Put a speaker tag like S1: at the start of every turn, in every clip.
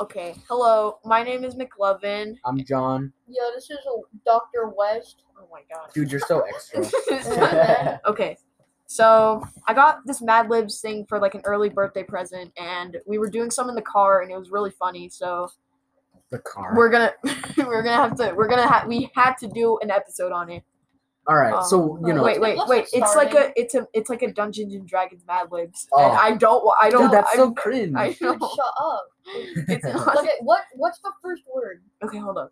S1: Okay, hello. My name is McLovin.
S2: I'm John.
S3: Yo, this is a Dr. West.
S1: Oh my god.
S2: Dude, you're so extra.
S3: Wait,
S1: okay, so I got this Mad Libs thing for like an early birthday present, and we were doing some in the car, and it was really funny. So
S2: the car.
S1: we're gonna we're gonna have to we're gonna ha- we had to do an episode on it.
S2: All right, so
S1: Um,
S2: you know,
S1: wait, wait,
S3: Let's
S1: wait!
S3: get
S1: It's like a
S3: started.
S1: it's a it's like a Dungeons and Dragons Mad Libs,
S2: Oh.
S1: and I don't wa- I don't
S2: dude, that's
S1: I'm,
S2: so cringe.
S1: I
S3: Dude,
S1: know.
S3: shut up.
S1: It's not,
S3: Okay, what what's the first word?
S1: okay, hold up.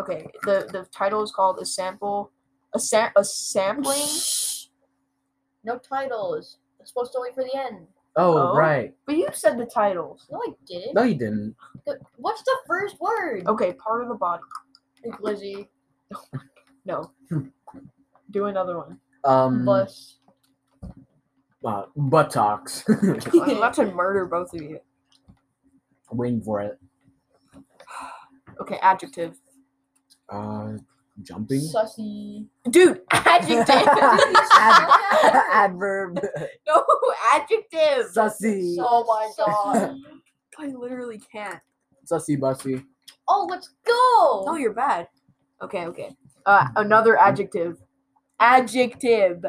S1: Okay, the the title is called a sample, a sam a sampling.
S3: No titles. I'm supposed to wait for the end.
S2: oh,
S1: Oh.
S2: right.
S1: But you said the titles.
S3: No, I didn't.
S2: No, you didn't.
S3: The- What's the first word?
S1: Okay, part of the body.
S3: Like Lizzie.
S1: No. Do another one. Mm.
S2: Um,
S3: Bus.
S2: uh, buttocks.
S1: I'm about to murder both of you.
S2: Waiting for it.
S1: Okay, adjective.
S2: Uh, jumping.
S3: Sussy.
S1: Dude, adjective.
S2: Ad- adverb.
S1: no, adjective.
S2: Sussy.
S3: Oh my god.
S1: I literally can't.
S2: Sussy bussy.
S3: oh, let's go.
S1: No, you're bad. Okay, okay. Uh, another adjective. Adjective.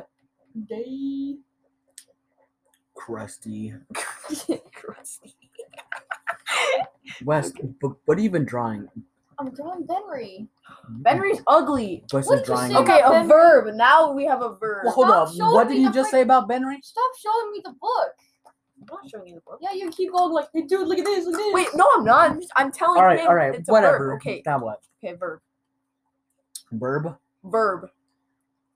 S3: day.
S2: Crusty.
S1: Crusty.
S2: West. But what are you even drawing?
S3: I'm drawing Benry.
S1: Benry's ugly.
S2: West
S3: What
S2: is
S3: did you
S2: drawing.
S3: say?
S1: Okay, a
S3: Benry.
S1: verb. Now we have a verb.
S2: Well, hold
S3: Stop
S2: up.
S3: showing
S2: What
S3: me
S2: did you
S3: the
S2: just
S3: frick-
S2: say about Benry?
S3: Stop showing me the book.
S1: I'm not showing you the book.
S3: Yeah, you keep going like, hey, dude, look at this, look at this.
S1: Wait, no, I'm not. I'm, just, I'm telling
S2: All right,
S1: him
S2: all right,
S1: it's a
S2: whatever.
S1: verb. Okay,
S2: Now what?
S1: okay, verb.
S2: Verb.
S1: Verb.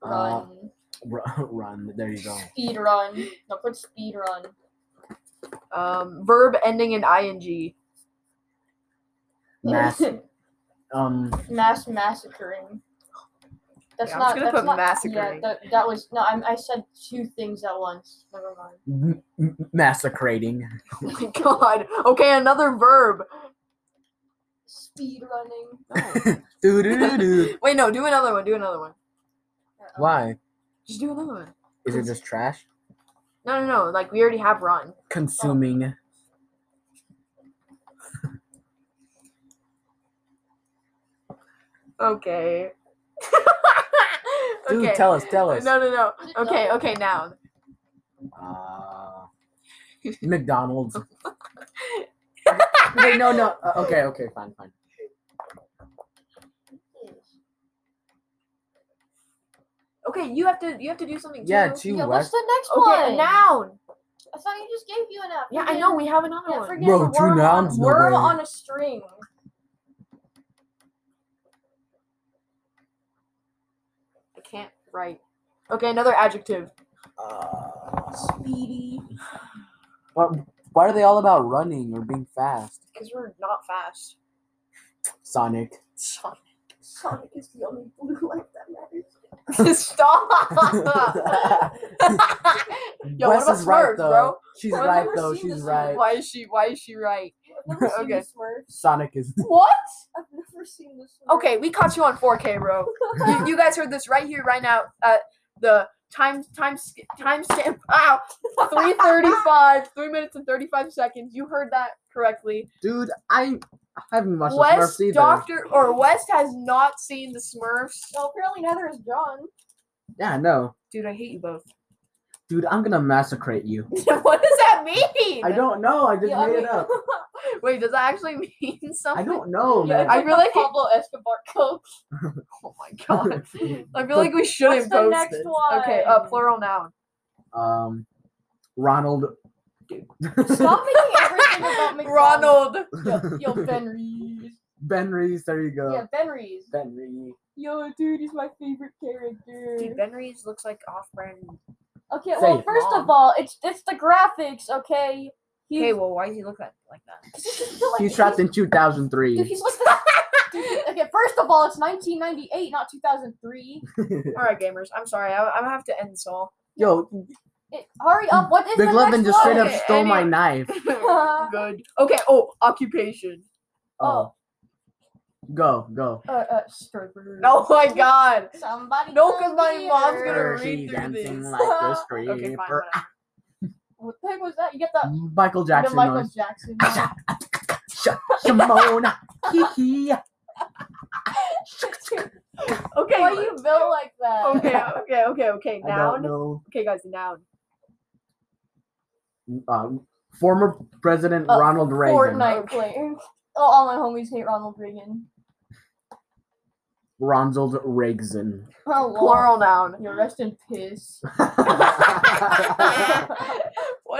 S2: Uh,
S3: Run.
S2: ru- run. There you go.
S3: Speed run. No, put speed run.
S1: Um, verb ending in ing.
S2: Mass. Um.
S3: Mass massacring. That's
S1: Yeah, I'm just
S3: not.
S1: gonna
S3: that's
S1: put
S3: not,
S1: massacring.
S3: Yeah, that, that was no. I, I said two things at once. Never mind.
S2: m- m- massacrating.
S1: Oh my god. Okay, another verb.
S3: Speed running.
S2: Doo-doo-doo-doo.
S1: Wait, no, do another one. Do another one.
S3: Uh-uh.
S2: Why?
S1: Just do another one.
S2: Is it just trash?
S1: No, no, no. Like we already have run.
S2: Consuming.
S1: Okay.
S2: Dude, tell us, tell us.
S1: No, no, no.
S3: Just
S1: Okay,
S3: no.
S1: okay, noun.
S2: Uh, McDonald's. Wait, no, no. uh, okay, okay, fine, fine.
S1: Okay, you have to you have to do something too.
S2: Yeah, chew
S3: Yeah,
S2: West.
S3: what's the next
S1: Okay,
S3: one?
S1: a noun.
S3: I thought you just gave you an app.
S1: Yeah, I know we have another
S3: Yeah,
S1: one.
S3: forget
S2: Bro,
S3: the
S2: two
S3: worm
S2: nouns,
S3: On,
S2: no
S3: worm
S2: way.
S3: on a string.
S1: I can't write. Okay, another adjective.
S2: Uh,
S1: Speedy.
S2: why, why are they all about running or being fast?
S1: Because we're not fast.
S2: Sonic.
S1: Sonic. Sonic is the only blue light that matters. Stop. Yo, what
S2: Wes
S1: about
S2: is right
S1: Smurfs,
S2: though.
S1: bro?
S2: She's
S3: I've
S2: right
S3: never
S2: though.
S3: seen
S2: She's
S3: this
S2: right.
S1: Why is she? Why is she right?
S3: I've never
S1: Okay.
S3: seen the Smurfs.
S2: Sonic is.
S1: What?
S3: I've never seen the Smurfs.
S1: Okay, we caught you on 4K, bro. you, you guys heard this right here, right now. Uh, the time, time, sk- time stamp. Ow, 3:35, three minutes and 35 seconds. You heard that correctly.
S2: Dude, I I haven't watched the
S1: West
S2: Smurfs either.
S1: Doctor or West has not seen the Smurfs.
S3: Well, apparently neither is John.
S2: Yeah, no.
S1: Dude, I hate you both.
S2: Dude, I'm gonna massacrate you.
S1: what does that mean?
S2: I don't know. I just
S3: Yeah, I
S2: made
S3: mean-
S2: it up.
S1: Wait, does that actually mean something?
S2: I don't know,
S3: Yeah,
S2: man.
S3: it's
S1: I
S3: like
S1: feel
S3: the
S1: like-
S3: Pablo Escobar coke.
S1: Oh my god. I feel like we
S3: What's
S1: shouldn't
S3: the
S1: post
S3: next
S1: this.
S3: one?
S1: Okay, uh, plural noun.
S2: um, Ronald.
S3: Stop making everything about McDonald's.
S1: Ronald.
S3: Yo, yo, Ben Reeves.
S2: ben Reese. There you go.
S3: Yeah, Ben Reeves.
S2: Ben Reese.
S3: Yo, dude, he's my favorite character.
S1: Dude, Ben Reeves looks like off-brand.
S3: Okay,
S2: Say
S3: well,
S2: it,
S3: first
S1: Mom.
S3: of all, it's it's the graphics, okay? He's,
S1: Okay, well, why does he look like, like that?
S2: He was trapped in
S3: Dude,
S2: 2003.
S3: he's listed. Dude, okay, first of all, it's 1998, not 2003.
S1: All right, gamers. I'm sorry. I, I'm gonna have to end this all.
S2: Yo,
S3: It, hurry up! What is
S2: Big
S3: the
S2: Levin
S3: next
S2: just straight
S3: one?
S2: up
S1: Okay,
S2: stole my
S1: anyway.
S2: knife.
S1: Good. Okay. Oh, occupation.
S2: Oh. Go, go.
S3: Uh, uh, stripper.
S1: Oh my God.
S3: Somebody.
S1: No,
S3: come
S1: 'cause my
S3: here.
S1: mom's gonna
S2: There
S1: read
S2: she's
S1: through
S2: dancing
S1: this.
S2: like a
S1: Okay, fine.
S2: stripper.
S1: Whatever.
S3: What the heck was that? You get that?
S2: Michael Jackson
S3: the Michael
S2: noise.
S3: Jackson.
S2: Shimona. Hee hee.
S1: Okay.
S3: Why you built like that?
S1: Okay, okay, okay, okay.
S2: I
S1: Noun.
S2: don't know.
S1: Okay, guys, noun.
S2: Um, former President
S3: Uh,
S2: Ronald Reagan.
S3: Fortnite player. Oh, all my homies hate Ronald Reagan.
S2: Ronald Reagan.
S3: Oh, lol.
S1: Plural noun.
S3: You're rest in piss.
S1: what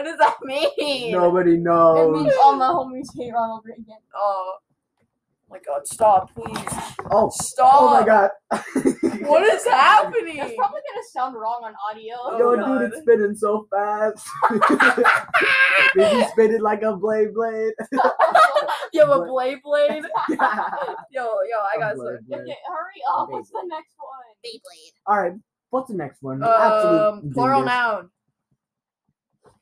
S1: does that mean?
S2: Nobody
S3: It
S2: knows.
S3: means all my homies hate Ronald Reagan.
S1: Oh. my god, stop, please.
S2: Oh,
S1: Stop.
S2: oh my god.
S1: What is
S3: That's
S1: happening?
S3: probably gonna sound wrong on audio.
S1: Oh,
S2: Yo,
S1: God.
S2: dude, it's spinning so fast. Did you spin it like a blade blade?
S1: You have a blade blade? Yo, yo, I got
S2: Blade
S1: some.
S2: blade.
S3: Okay, hurry up. What's the next one?
S2: All right, what's the next one?
S1: Um,
S2: Absolute
S1: plural
S2: dingus.
S1: noun.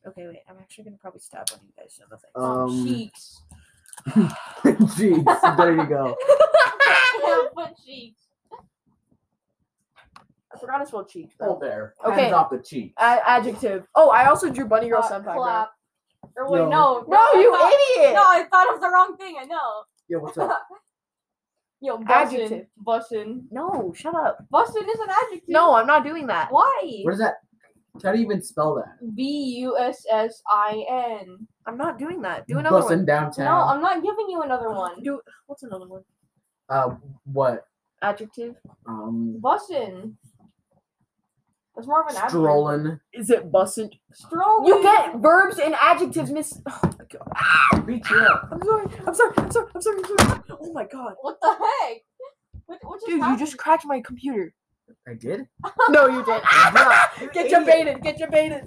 S1: Okay, wait, I'm actually gonna probably stab one of you guys. So that's like-
S2: Um,
S3: cheeks.
S2: Jeez, there you go.
S3: yeah, but cheeks.
S1: I forgot to spell cheek.
S2: Hold there.
S1: Okay.
S2: Hands off the cheek.
S1: A- adjective. Oh, I also drew bunny girl
S3: Uh,
S1: senpai. bro.
S3: clap. Or wait,
S2: Yo.
S3: no.
S1: No, you
S3: I
S1: idiot!
S3: thought, No, I thought of the wrong thing. I know.
S2: Yo, what's up?
S3: Yo, bussin.
S1: Adjective.
S3: Bussin.
S1: No, shut up.
S3: Bussin is an adjective.
S1: No, I'm not doing that.
S3: Why?
S2: What is that? How do you even spell that?
S3: B U S S I N.
S1: I'm not doing that. Do another
S2: Bussin'
S3: No,
S2: downtown.
S3: I'm not giving you another
S1: one.
S3: one.
S1: Do what's another one?
S2: uh, what?
S1: Adjective.
S2: Um,
S3: Bussin. That's more of an adjective.
S2: strolling.
S1: Is it bussin'?
S3: Strolling.
S1: You get verbs and adjectives, miss. Oh my god.
S2: Beat you up.
S1: I'm sorry. I'm sorry. I'm sorry. I'm sorry. I'm sorry. Oh my god.
S3: What the heck? What, what just
S1: Dude, you
S3: happened?
S1: just cracked my computer.
S2: I did.
S1: No, you didn't. Get your
S2: idiot.
S1: baited. Get your baited.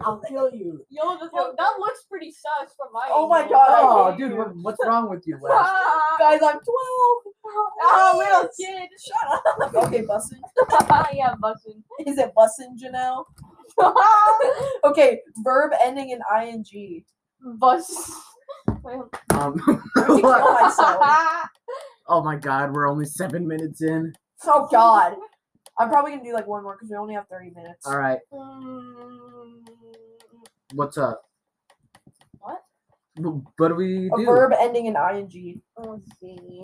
S2: I'll kill you.
S3: Yo, this look, that looks pretty sus from my.
S1: Oh my
S3: angle.
S1: God, I
S2: Oh,
S1: hate
S2: dude,
S1: you.
S2: what, what's wrong with you, Wes?
S3: Ah,
S1: Guys, I'm 12.
S3: ah, little kid.
S1: Shut up. Okay, bussin'.
S3: yeah, bussin.
S1: Is it bussin', Janelle? Okay, verb ending in ing.
S3: Bus. Wait,
S2: Um,
S1: kill
S2: what?
S1: myself.
S2: oh my god, we're only seven minutes in.
S1: Oh god. I'm probably gonna do like one more because we only have 30 minutes.
S2: All right,
S3: Mm,
S2: what's up?
S3: What?
S2: W- What do we
S1: A
S2: do?
S1: verb ending in ing.
S3: Let's see.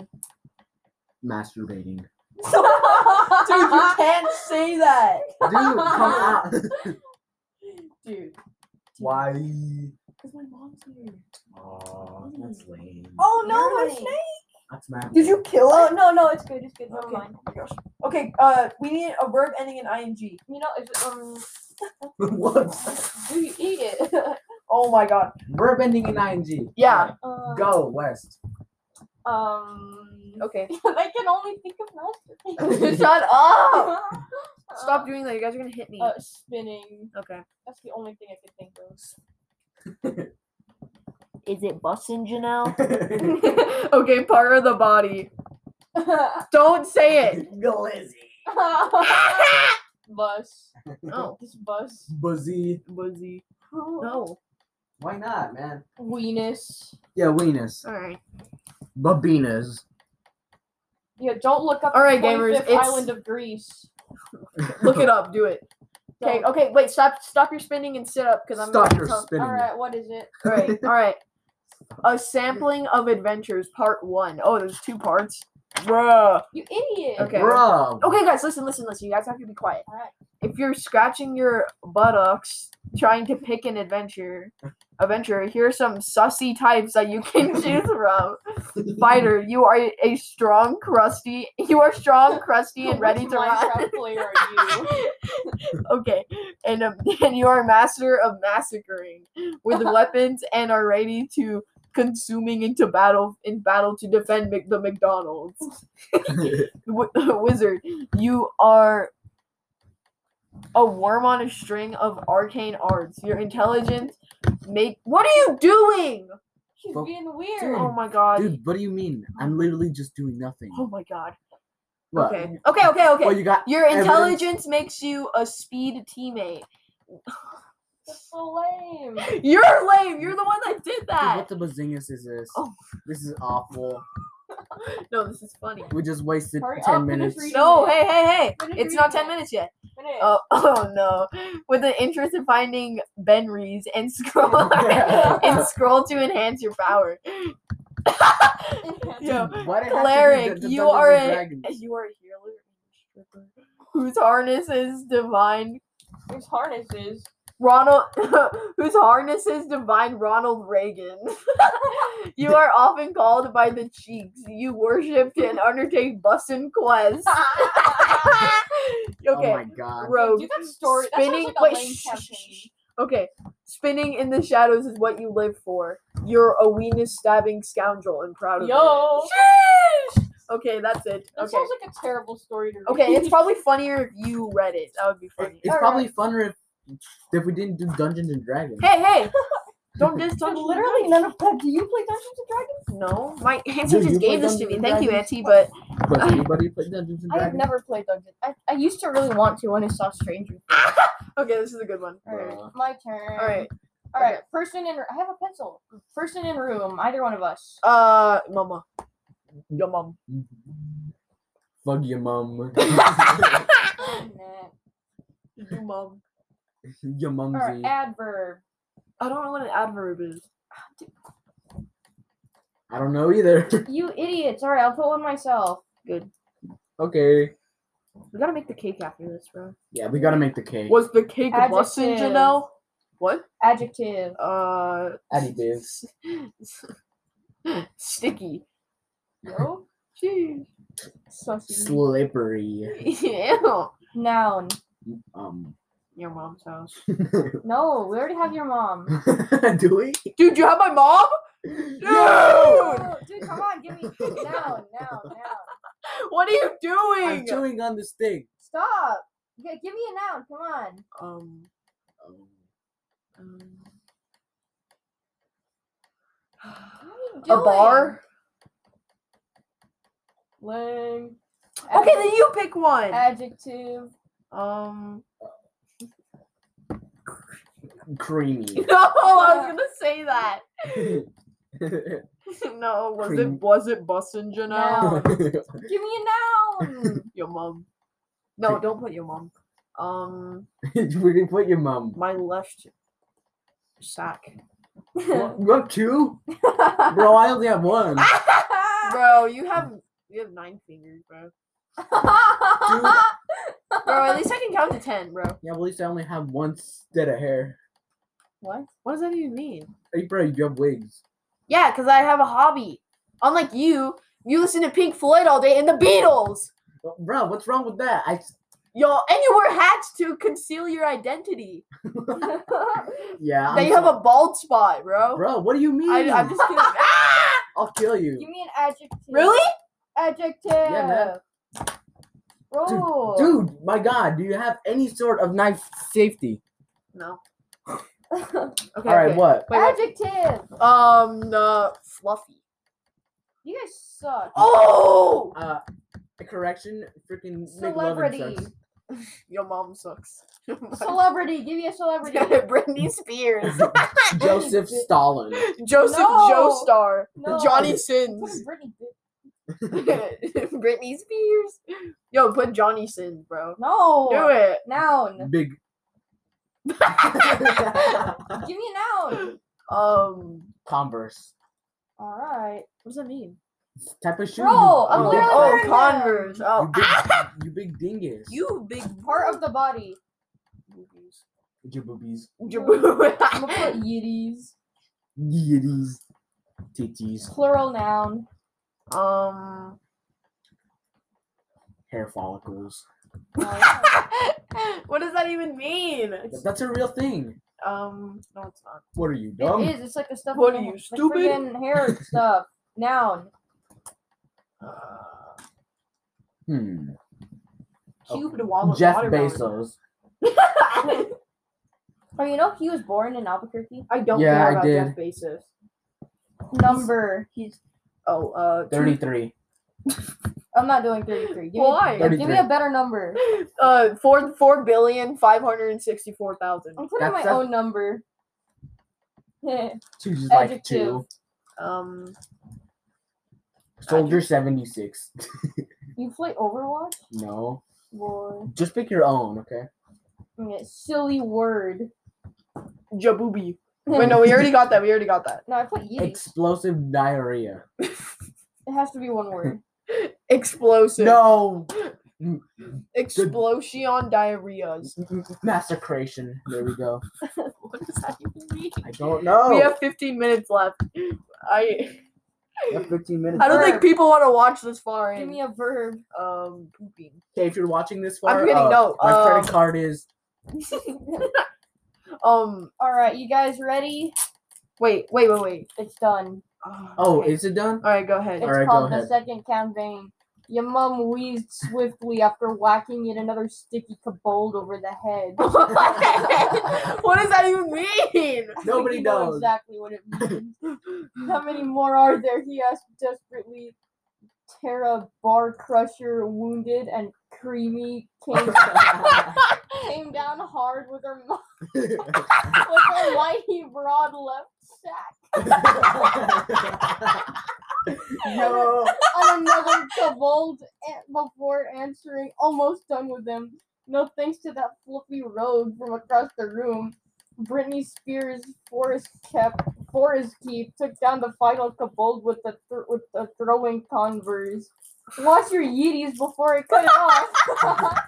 S2: Masturbating. Dude,
S1: Dude, you can't say that.
S2: come on.
S1: Dude.
S2: Why?
S1: Because my mom's here.
S2: Oh, that's lame.
S3: Oh no,
S1: Really?
S3: my snake!
S2: That's mad.
S1: Did you kill
S3: Oh
S1: it?
S3: no, no, it's good, it's good. Never
S1: Okay.
S3: mind.
S1: Oh my gosh. Okay, uh, we need a verb ending in ing.
S3: You know, it's um,
S2: what?
S3: do you eat it?
S1: Oh my god.
S2: Verb ending in ing.
S1: Yeah.
S3: um,
S2: Alright, Go west.
S3: Um,
S1: Okay.
S3: I can only think of masterpiece.
S1: Shut up!
S3: Uh,
S1: Oh! Stop doing that. You guys are gonna hit me.
S3: Uh, spinning.
S1: okay.
S3: That's the only thing I could think of.
S4: Is it bussin', Janelle?
S1: okay, part of the body. Don't say it.
S2: Glizzy.
S3: bus.
S1: Oh.
S3: This bus.
S2: Buzzy.
S1: Buzzy. No.
S2: Why not, man?
S3: Weenus.
S2: Yeah, weenus.
S1: Alright.
S2: Babinas.
S3: Yeah, don't look up.
S1: All right,
S3: the
S1: gamers,
S3: 25th
S1: it's-
S3: Island of Greece.
S1: Look it up. Do it. Okay.
S3: Don't-
S1: Okay. Wait. Stop. Stop your spinning and sit up because I'm.
S2: Stop
S1: gonna
S2: your
S1: tell-
S2: spinning.
S3: All right, what is it?
S1: All right. All right. A sampling of adventures, part one. Oh, there's two parts. Bruh.
S3: You idiot.
S1: Okay.
S2: Bro.
S1: Okay, guys, listen, listen, listen. You guys have to be quiet.
S3: All right.
S1: If you're scratching your buttocks trying to pick an adventure, adventure, here are some sussy types that you can choose from. Fighter, you are a strong, crusty. You are strong, crusty, and ready
S3: Which
S1: to run.
S3: Minecraft player are you?
S1: okay, and um, and you are a master of massacring with weapons and are ready to consuming into battle in battle to defend Mc- the McDonald's. Wi- Wizard, you are a worm on a string of arcane arts. Your intelligence make what are you doing?
S3: She's
S2: Well,
S3: being weird.
S2: dude.
S1: Oh my god.
S2: Dude, what do you mean? I'm literally just doing nothing.
S1: Oh my god.
S2: What?
S1: Okay. Okay, okay, okay.
S2: Well, you got
S1: Your
S2: evidence?
S1: intelligence makes you a speed teammate.
S3: That's so lame.
S1: You're lame. You're the one that did
S2: Dude,
S1: that.
S2: what the bazingas is this?
S1: Oh.
S2: This is awful.
S1: No, this is funny.
S2: We just wasted
S3: Hurry
S2: ten
S3: up, finish
S2: minutes.
S3: reading.
S1: No, hey, hey, hey!
S3: Finish
S1: It's not ten
S3: reading it.
S1: minutes yet.
S3: Finish.
S1: Oh, oh no! With an interest in finding Ben Rees and scroll and scroll to enhance your power. Yo,
S2: What it has to do
S1: Cleric,
S2: with the
S1: you
S2: Dungeons
S1: are
S2: and
S1: a-
S2: Dragons?
S1: you are a healer and stripper whose harness is divine.
S3: There's harnesses.
S1: Ronald, whose harness is divine Ronald Reagan. you are often called by the cheeks. You worship and undertake bussin' quests.
S2: Oh
S1: okay,
S2: my god.
S1: rogue.
S3: Dude, that story.
S1: Spinning.
S3: That sounds like a
S1: wait,
S3: lame
S1: shh, shh,
S3: campaign.
S1: shh, shh. Okay. Spinning in the shadows is what you live for. You're a weenus stabbing scoundrel and proud of
S3: Yo.
S1: it. Okay, that's it.
S3: That
S1: Okay.
S3: sounds like a terrible story to read.
S1: Okay, it's probably funnier if you read it. That would be funny.
S2: It's probably funner if, if we didn't do Dungeons and Dragons.
S1: Hey, hey! Don't dis
S3: Dude,
S1: don't
S3: literally none of that. Do you play Dungeons and Dragons?
S1: No, my auntie
S2: Dude, you
S1: just
S2: play
S1: gave this to
S2: Dungeons
S1: me.
S2: and
S1: Thank you,
S2: Dragons?
S1: auntie. But
S2: But anybody play Dungeons and
S3: I have
S2: Dragons?
S3: never played Dungeons. I, I used to really want to when I saw Stranger.
S1: okay, this is a good one.
S3: Alright,
S2: Uh.
S3: my turn.
S1: All right,
S3: All right. Person in. I have a pencil. Person in room. Either one of us.
S1: uh, mama, your mom.
S2: Fuck your mom.
S3: Nah.
S1: Your mom.
S2: your
S3: Or
S2: mumsy.
S3: adverb.
S1: I don't know what an adverb is.
S2: I don't know either.
S3: You idiots. All right, I'll put one myself.
S1: Good.
S2: okay.
S1: We gotta make the cake after this, bro.
S2: Yeah, we gotta make the cake.
S1: Was the cake a bussin',
S3: Adjective.
S1: Janelle? What?
S3: Adjective.
S1: Uh,
S2: Additives.
S1: sticky.
S3: Yo.
S1: Jeez. Mm.
S3: Sussy.
S2: Slippery.
S1: Ew.
S3: Noun.
S2: Um.
S1: Your mom's house.
S3: No, we already have your mom.
S2: do we?
S1: Dude, you have my mom? Dude!
S3: Oh, dude, come on, give me noun, noun, noun.
S1: What are you
S2: I'm
S1: doing?
S2: chewing on this thing.
S3: Stop. G- give me a noun. Come on.
S1: um,
S2: Um,
S1: um,
S3: What are you
S1: a
S3: doing?
S1: bar?
S3: Lame.
S1: Okay, then you pick one.
S3: Adjective.
S1: Um,
S2: creamy.
S1: no, I was gonna say that. no, was it
S2: Cream.
S1: was it bussin', Janelle?
S3: Noun. give me a noun.
S1: Your mom. No,
S2: Cream.
S1: don't put your mom. Um,
S2: we can put your mom.
S1: my left sack.
S2: You have two? Bro, I only have one. Dude,
S1: Bro, you have you have nine fingers, bro. Bro, at least I can count to ten, bro.
S2: yeah, at least I only have one set of hair.
S3: what?
S1: What does that even mean?
S2: Hey, bro, you have wigs.
S1: Yeah, because I have a hobby. Unlike you, you listen to Pink Floyd all day and the Beatles.
S2: Well, Bro, what's wrong with that? I s-
S1: Yo, and you wear hats to conceal your identity.
S2: yeah.
S1: That
S2: I'm
S1: you have
S2: so-
S1: a bald spot, bro.
S2: Bro, what do you mean?
S1: I, I'm just kidding. Ah!
S2: will kill you.
S3: Give me an adjective.
S1: Really?
S3: Adjective.
S2: man.
S3: Roll.
S2: Dude, my God, do you have any sort of knife safety?
S1: No. Okay.
S2: All right,
S1: okay.
S2: what?
S1: Wait, wait.
S3: Adjective.
S1: Um, uh, fluffy.
S3: You guys suck.
S1: Oh,
S2: Uh, correction, freaking
S3: Celebrity.
S1: your mom sucks.
S3: Celebrity. Give me a celebrity.
S1: Britney Spears,
S2: Joseph Stalin.
S1: Joseph
S3: No.
S1: Joestar,
S3: No.
S1: Johnny
S3: Put
S1: Sins,
S3: in Britney, bitch.
S1: Britney Spears. Yo, put Johnny Sins, bro.
S3: No.
S1: Do it.
S3: Noun.
S2: Big.
S3: Give me a noun.
S1: Um,
S2: Converse.
S3: All right.
S1: what does that mean?
S2: Type of shoe.
S3: Bro,
S2: you-
S3: I'm
S2: you
S1: Oh,
S2: big-
S3: literally
S1: oh,
S3: wearing them.
S1: Converse.
S2: You
S1: Oh,
S2: big,
S3: Ah!
S2: you big dingus.
S1: you big
S3: Part of the body.
S1: boobies.
S2: With your boobies.
S3: I'm gonna put yitties.
S2: Yitties. Titties.
S3: Plural noun.
S1: um.
S2: Hair follicles.
S3: Alright.
S1: what does that even mean?
S2: Th- That's a real thing.
S1: Um, no, it's not.
S2: What are you, dumb?
S3: it is. It's like the stuff.
S1: What are
S3: in the-
S1: you,
S3: like
S1: stupid?
S3: friggin' hair stuff. Noun.
S1: Uh,
S2: Hmm. Oh,
S1: cubed wall of
S2: Jeff
S1: watermelon.
S2: Bezos.
S3: Oh, you know he was born in Albuquerque.
S1: I don't
S2: Yeah,
S1: care
S2: I
S1: about
S2: did.
S1: Jeff Bezos.
S3: Number.
S1: He's oh uh two-
S2: 33.
S3: I'm not doing 33. Give me a-
S1: Why?
S3: give me a
S2: 33.
S3: better number.
S1: uh four four billion five hundred and sixty four thousand.
S3: I'm putting
S2: That's
S3: my
S2: a-
S3: own number. Soldier
S2: She's just like
S3: Adjective.
S2: two.
S1: Um
S2: Soldier 76.
S3: You play Overwatch?
S2: No.
S3: Lord.
S2: Just pick your own, okay?
S3: Yeah, Silly word.
S1: Jabooby.
S3: Hmm.
S1: Wait, no, we already got that. We already got that.
S3: No, I put Yeti.
S2: Explosive diarrhea.
S3: it has to be one word.
S1: Explosive.
S2: No.
S1: Explosion diarrheas.
S2: Massacration. There we go.
S1: What does that even mean?
S2: I don't know.
S1: We have 15 minutes left. I
S2: We have 15 minutes.
S1: I don't think
S3: Verb.
S1: people want to watch this far
S3: Give
S1: in.
S3: me a verb.
S1: Um, pooping.
S2: Okay, if you're watching this far,
S1: getting
S2: uh,
S1: no,
S2: My
S1: um,
S2: credit card is.
S1: Um,
S3: All right, you guys ready?
S1: wait, wait, wait, wait.
S3: It's done.
S2: Oh,
S1: okay.
S2: is it done?
S1: all right. Go ahead.
S3: It's
S2: All right, go
S3: called the
S2: ahead.
S3: second campaign. Your mum wheezed swiftly after whacking yet another sticky kabold over the head.
S1: what does that even mean?
S3: I think
S2: Nobody
S3: you know
S2: knows.
S3: exactly what it means. How many more are there? He asked desperately. Tara Bar Crusher, wounded and creamy, came, came down hard with her mouth with a mighty broad left sack
S2: no.
S3: on another kobold an- before answering, almost done with him. No thanks to that fluffy robe from across the room. Britney Spears' forest kept forest keep took down the final kobold with the thr with the throwing converse. Wash your yeeties before it cut it off.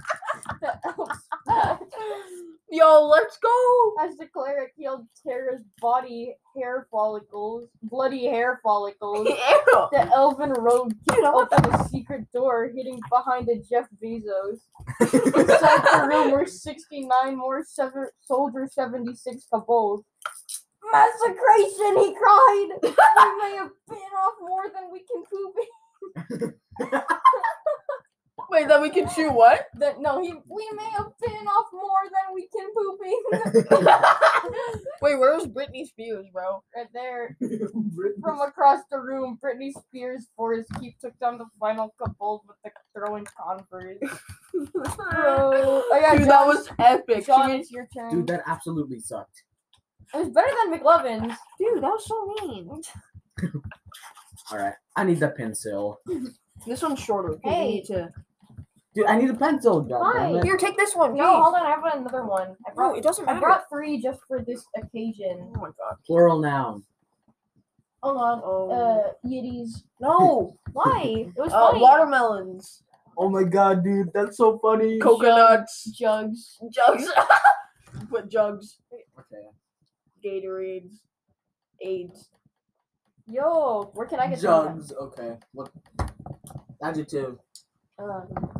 S1: Yo, let's go.
S3: As the cleric healed Tara's body hair follicles, bloody hair follicles,
S1: Ew.
S3: the elven robe
S1: You know what
S3: opened a secret door, hitting behind a Jeff Bezos. Inside the room were 69 more sever- Soldier 76 kobolds. Massacration, he cried. we may have bit off more than we can poop.
S1: Wait, then we can chew what?
S3: That no, he we may have bitten off more than we can poop.
S1: Wait, where was Britney Spears, bro?
S3: right there. From across the room, Britney Spears' forest keep took down the final kobold with the throwing converse. Bro, oh yeah,
S1: Dude, that
S3: John-
S1: was epic. She
S3: John,
S1: made-
S3: it's your turn.
S2: Dude, that absolutely sucked.
S3: it was better than McLovin's.
S4: Dude, that was so mean.
S2: All right, I need the pencil.
S1: this one's shorter. 'cause we
S3: Hey.
S1: need to-
S2: Dude, I need a pencil. goddammit.
S1: Here, take this one.
S3: No, hold
S1: No,
S3: on, I have another one. I
S1: no,
S3: brought,
S1: Oh, it doesn't
S3: I
S1: matter.
S3: brought three just for this
S1: oh
S3: occasion.
S1: my god.
S2: Plural noun.
S3: Hold on,
S1: Oh.
S3: uh, Yiddies.
S1: no.
S3: Why? It was
S1: Uh,
S3: funny.
S1: watermelons.
S2: Oh my god, dude, that's so funny.
S1: Coconuts.
S3: Jugs.
S1: Jugs. Put jugs.
S2: Okay.
S1: Gatorades. AIDS.
S3: Yo, where can I get some?
S2: Jugs. Okay. What? Adjective.
S3: of that? Um,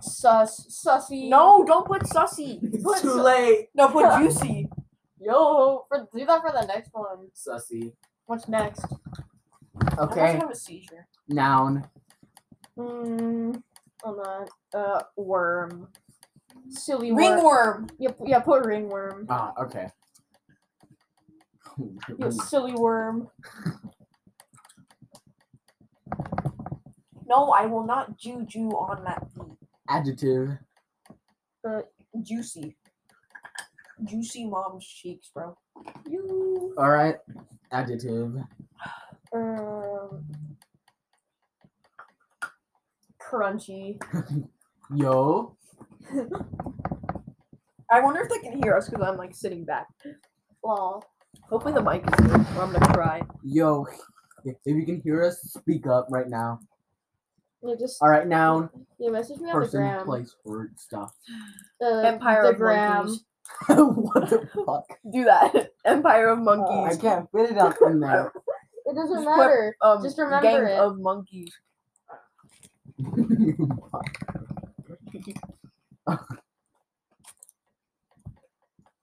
S3: sus, sussy.
S1: No, don't put sussy.
S2: It's too late.
S1: No, put juicy.
S3: Yo, for, do that for the next one.
S2: Sussy.
S3: What's next?
S1: I
S2: Okay.
S1: have a seizure.
S2: Noun.
S3: Mm, I'm not. Uh, worm. Silly worm.
S1: Ringworm.
S3: Yeah, p- yeah, put ringworm.
S2: Ah. Okay.
S3: You silly worm.
S1: No, I will not juju on that beat.
S2: Adjective.
S3: Uh,
S1: Juicy. Juicy mom's cheeks, bro.
S3: You.
S2: All right. Adjective.
S3: Um. Crunchy.
S2: Yo.
S1: I wonder if they can hear us because I'm like sitting back.
S3: Lol.
S1: Hopefully the mic is good. or I'm gonna cry.
S2: Yo. If you can hear us, speak up right now.
S3: You just.
S2: All right, noun.
S3: You messaged me on the
S2: Person,
S3: gram.
S2: place, word, stuff.
S3: Uh,
S1: Empire
S3: the
S1: of
S3: gram.
S1: monkeys.
S2: what the fuck?
S1: Do that. Empire of
S2: I
S3: Oh,
S1: monkeys.
S2: can't fit it up in there.
S3: It doesn't
S1: Just put-
S3: matter.
S1: um,
S3: just remember
S1: gang
S3: it.
S1: of monkeys.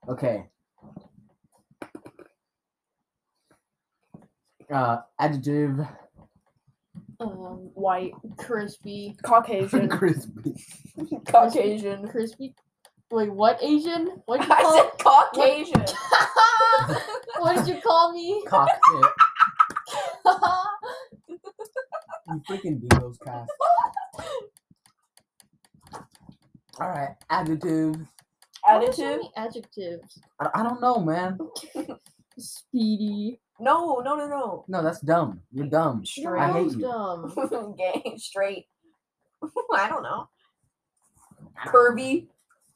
S2: okay. Uh, adjective.
S3: Um,
S1: White,
S3: crispy.
S1: Caucasian,
S2: Crispy.
S1: Caucasian.
S3: Crispy. Wait, what Asian? What did you
S1: I
S3: call?
S1: said Caucasian.
S3: what did you call me?
S2: Cockpit. You freaking do those cast. All right, adjective.
S3: Why are there so
S1: Additive.
S3: many adjectives.
S2: I, I don't know, man.
S3: Speedy.
S1: No, no, no,
S2: No, that's dumb. You're dumb.
S3: Your
S2: I hate
S3: mom's
S2: you.
S3: dumb.
S1: no. Gang, straight. I don't know. Curvy,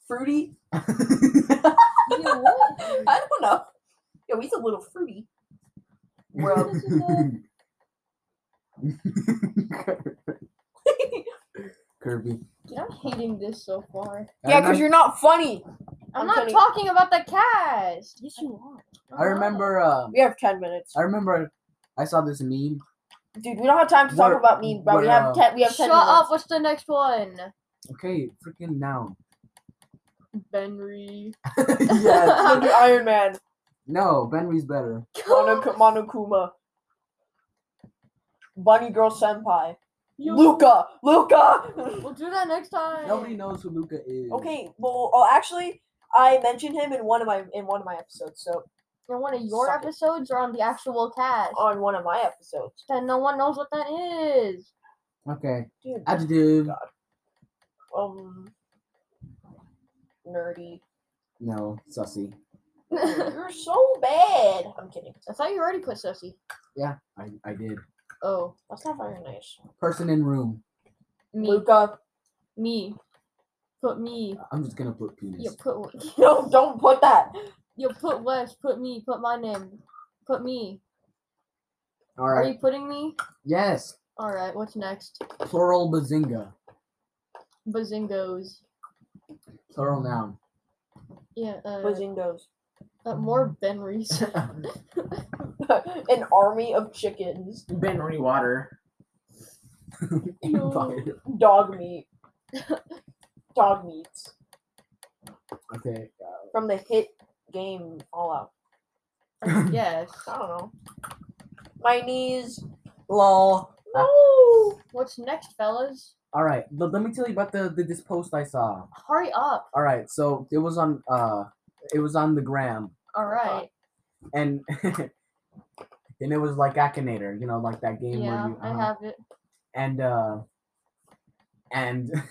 S1: fruity.
S3: You what?
S1: I don't know. Yo, he's a little fruity. Bro.
S2: Kirby.
S4: Dude, I'm hating this so far.
S1: yeah, because you're not funny.
S4: I'm,
S1: I'm
S4: not
S1: kidding.
S4: talking about the cast.
S5: Yes, you are.
S2: I remember. Um,
S1: We have 10 minutes.
S2: I remember. I saw this meme.
S1: Dude, we don't have time to talk
S2: We're-
S1: about me, bro. We
S2: we're,
S1: have
S2: uh,
S1: 10 we have 10
S4: Shut
S1: minutes.
S4: up. What's the next one?
S2: Okay, freaking noun.
S4: Benry.
S2: yes.
S1: Look at Iron Man.
S2: No, Benry's better.
S1: Monok- Monokuma. Bunny Girl Senpai. Luca! Luca!
S4: We'll do that next time.
S2: Nobody knows who Luca is.
S1: okay, well oh, actually I mentioned him in one of my in one of my episodes, so
S4: In one of your
S1: Suck it.
S4: episodes or on the actual cast?
S1: on one of my episodes.
S4: Then no one knows what that is.
S2: Okay.
S1: Dude.
S2: Adjective.
S1: God. Um nerdy.
S2: No, sussy.
S1: You're so bad. I'm kidding.
S4: I thought you already put Sussy.
S2: Yeah, I, I did.
S4: Oh,
S1: That's not very nice.
S2: Person in room.
S4: me.
S1: Luca.
S4: Me. Put me.
S2: I'm just gonna put penis.
S4: You put
S1: No, don't put that.
S4: you put Wes. Put me. Put my name. Put me.
S2: All
S4: Are
S2: right.
S4: you putting me?
S2: Yes.
S4: All right. What's next?
S2: Plural bazinga.
S4: Bazingos.
S2: Plural noun.
S4: Yeah. Uh,
S1: Bazingos.
S4: uh, more Benrys.
S1: An army of chickens.
S2: Benry water.
S4: No.
S1: Dog meat. Dog meats.
S2: Okay.
S1: From the hit game Fallout.
S4: yes.
S1: I don't know. My knees. Lol. No.
S4: What's next, fellas?
S2: All right. But let me tell you about the, the this post I saw.
S4: Hurry up.
S2: All right. So it was on uh, it was on the gram,
S4: All right.
S2: and and it was like Akinator, you know, like that game
S4: Yeah,
S2: where you.
S4: I
S2: uh-huh.
S4: have it.
S2: and uh and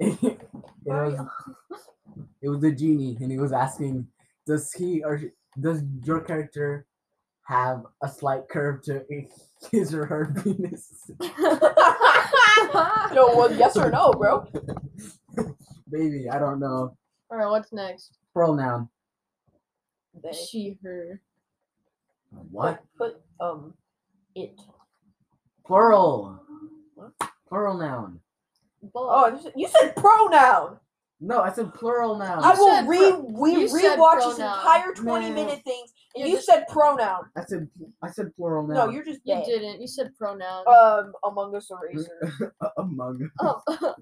S2: it was it was the genie and he was asking does he or sh- does your character have a slight curve to his or her penis
S1: Yo, well, yes or no, bro?
S2: baby i don't know
S4: All right. What's next?
S2: pronoun
S1: They
S4: She, her.
S2: what
S1: Put, put, um, it.
S2: plural
S1: What?
S2: plural noun
S1: Oh, you said- you said pronoun.
S2: no i said plural noun
S1: I will
S4: said
S1: re
S4: pro-
S1: we
S4: you said
S1: rewatch this
S4: pronoun.
S1: entire twenty
S2: No.
S1: minute things, and
S4: You're
S1: you
S4: just-
S1: said pronoun.
S2: i said i said plural
S1: No,
S2: noun
S1: you're just
S4: You
S1: bad.
S4: didn't. You said pronoun.
S1: Um, Among Us erasers.
S2: A- among
S4: Oh,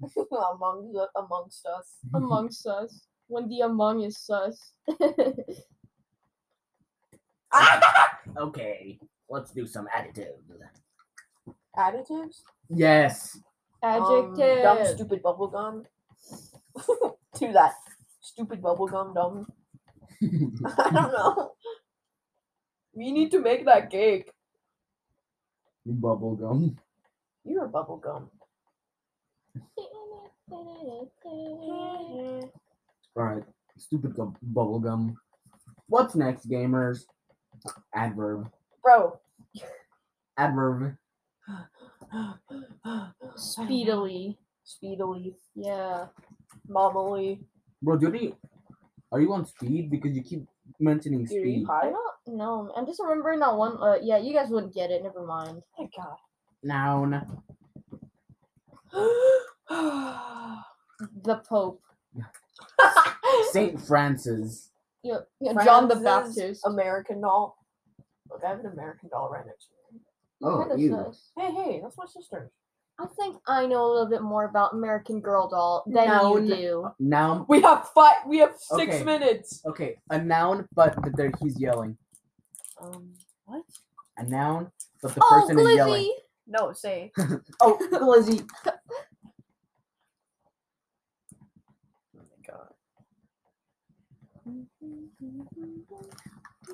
S1: among the, amongst us.
S4: amongst us. When the among is sus. Ah!
S2: okay let's do some adjectives
S1: Additives.
S2: yes
S1: Um,
S4: Adjective.
S1: dumb, stupid bubblegum. to that. Stupid bubblegum, dumb. I don't know. We need to make that cake.
S2: Bubblegum.
S1: You're a bubblegum.
S2: Alright. Stupid gum- bubblegum. What's next, gamers? Adverb.
S1: Bro.
S2: Adverb.
S4: Speedily.
S1: Speedily.
S4: Yeah.
S1: Mommily.
S2: Bro, Judy, are you on speed? Because you keep mentioning
S1: Dude, are you
S2: speed.
S4: I
S1: high?
S4: don't know. I'm just remembering that one. Uh, yeah, you guys wouldn't get it. Never mind.
S1: Oh my god.
S2: Noun.
S4: The Pope.
S2: Saint Francis.
S4: Yeah, yeah, John the
S1: Francis,
S4: Baptist.
S1: American doll. Look, I have an American doll right next to me.
S2: Oh,
S4: Kinda
S2: ew.
S4: sus.
S1: Hey, hey, that's my sister.
S4: I think I know a little bit more about American Girl doll than
S2: Noun.
S4: you do.
S2: Noun.
S1: We have five. We have six
S2: Okay.
S1: minutes.
S2: Okay, a noun, but the, there he's yelling.
S1: Um,
S2: A noun, but the
S4: oh,
S2: person is
S4: Glizzy!
S2: yelling.
S1: no, say
S2: Oh, Glizzy.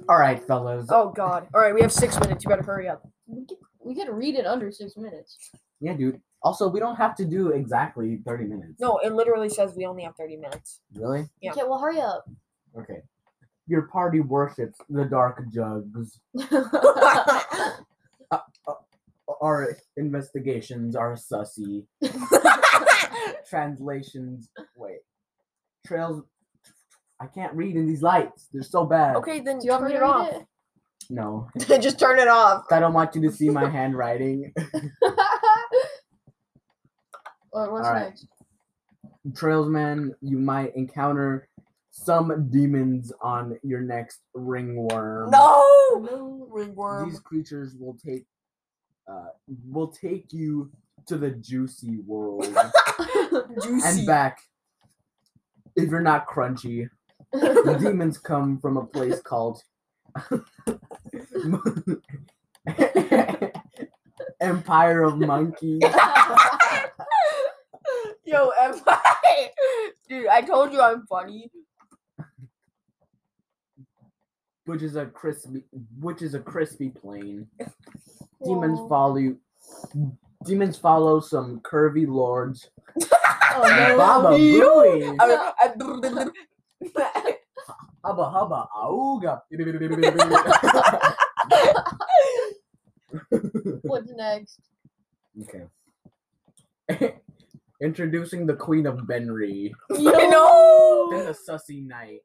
S2: Alright, fellas.
S1: Oh God! All right, we have six minutes. You better hurry up.
S4: We could, we could read it under six minutes.
S2: Yeah, dude. Also, we don't have to do exactly 30 minutes.
S1: No, it literally says we only have thirty minutes.
S2: Really?
S1: Yeah.
S4: Okay, well, hurry up.
S2: Okay. Your party worships the dark jugs. Our investigations are sussy. Translations. Wait. Trails. I can't read in these lights. They're so bad.
S1: Okay, then
S3: Do you want me
S1: turn
S3: to
S1: it
S3: read
S1: off.
S3: it?
S2: No.
S1: Just turn it off.
S2: I don't want you to see my handwriting.
S3: What- what's
S2: Alright.
S3: next?
S2: Trailsman, you might encounter some demons on your next ringworm.
S1: No.
S3: No.
S1: Um, Ringworm.
S2: These creatures will take uh will take you to the juicy world
S1: Juicy.
S2: and back. If you're not crunchy, the demons come from a place called Empire of Monkeys.
S1: Yo, am I? Dude, I told you I'm funny.
S2: which is a crispy which is a crispy plane. Demons
S4: Oh,
S2: follow you. Demons follow some curvy lords.
S3: Oh, no.
S2: Baba Booey,
S1: I- I-
S2: Hubba Hubba Auga.
S3: What's next?
S2: okay. Introducing the Queen of Benry.
S1: I know.
S2: Then a sussy knight.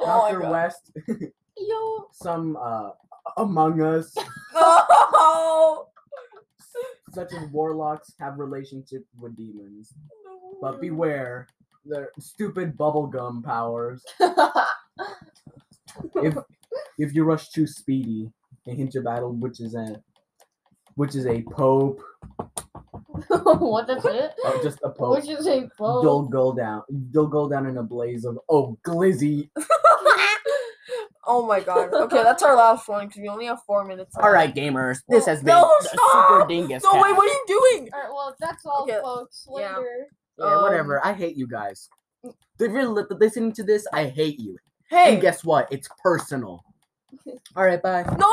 S1: Oh my
S2: Doctor
S1: god.
S2: West.
S3: Yo.
S2: Some uh, Among Us,
S1: No.
S2: such as warlocks, have relationship with demons.
S1: No.
S2: But beware their stupid bubblegum powers. if if you rush too speedy and hint your battle, which is a which is a pope,
S3: what? That's it?
S2: uh, just a pope,
S3: What you say,
S2: you'll
S3: Bo?
S2: go down. You'll go down in a blaze of oh glizzy.
S1: oh my god. Okay, that's our last one because we only have four minutes. left.
S2: All right, gamers, this has been
S1: No,
S2: the
S1: stop!
S2: Super Dingus.
S1: No, wait,
S2: Cast.
S1: what are you doing?
S3: Alright, well, that's all,
S1: Okay,
S3: folks.
S1: yeah.
S3: Later.
S2: Yeah,
S1: Um,
S2: whatever. I hate you guys. If you're li- listening to this, I hate you.
S1: Mm. Hey.
S2: And guess what? It's personal. All right, bye.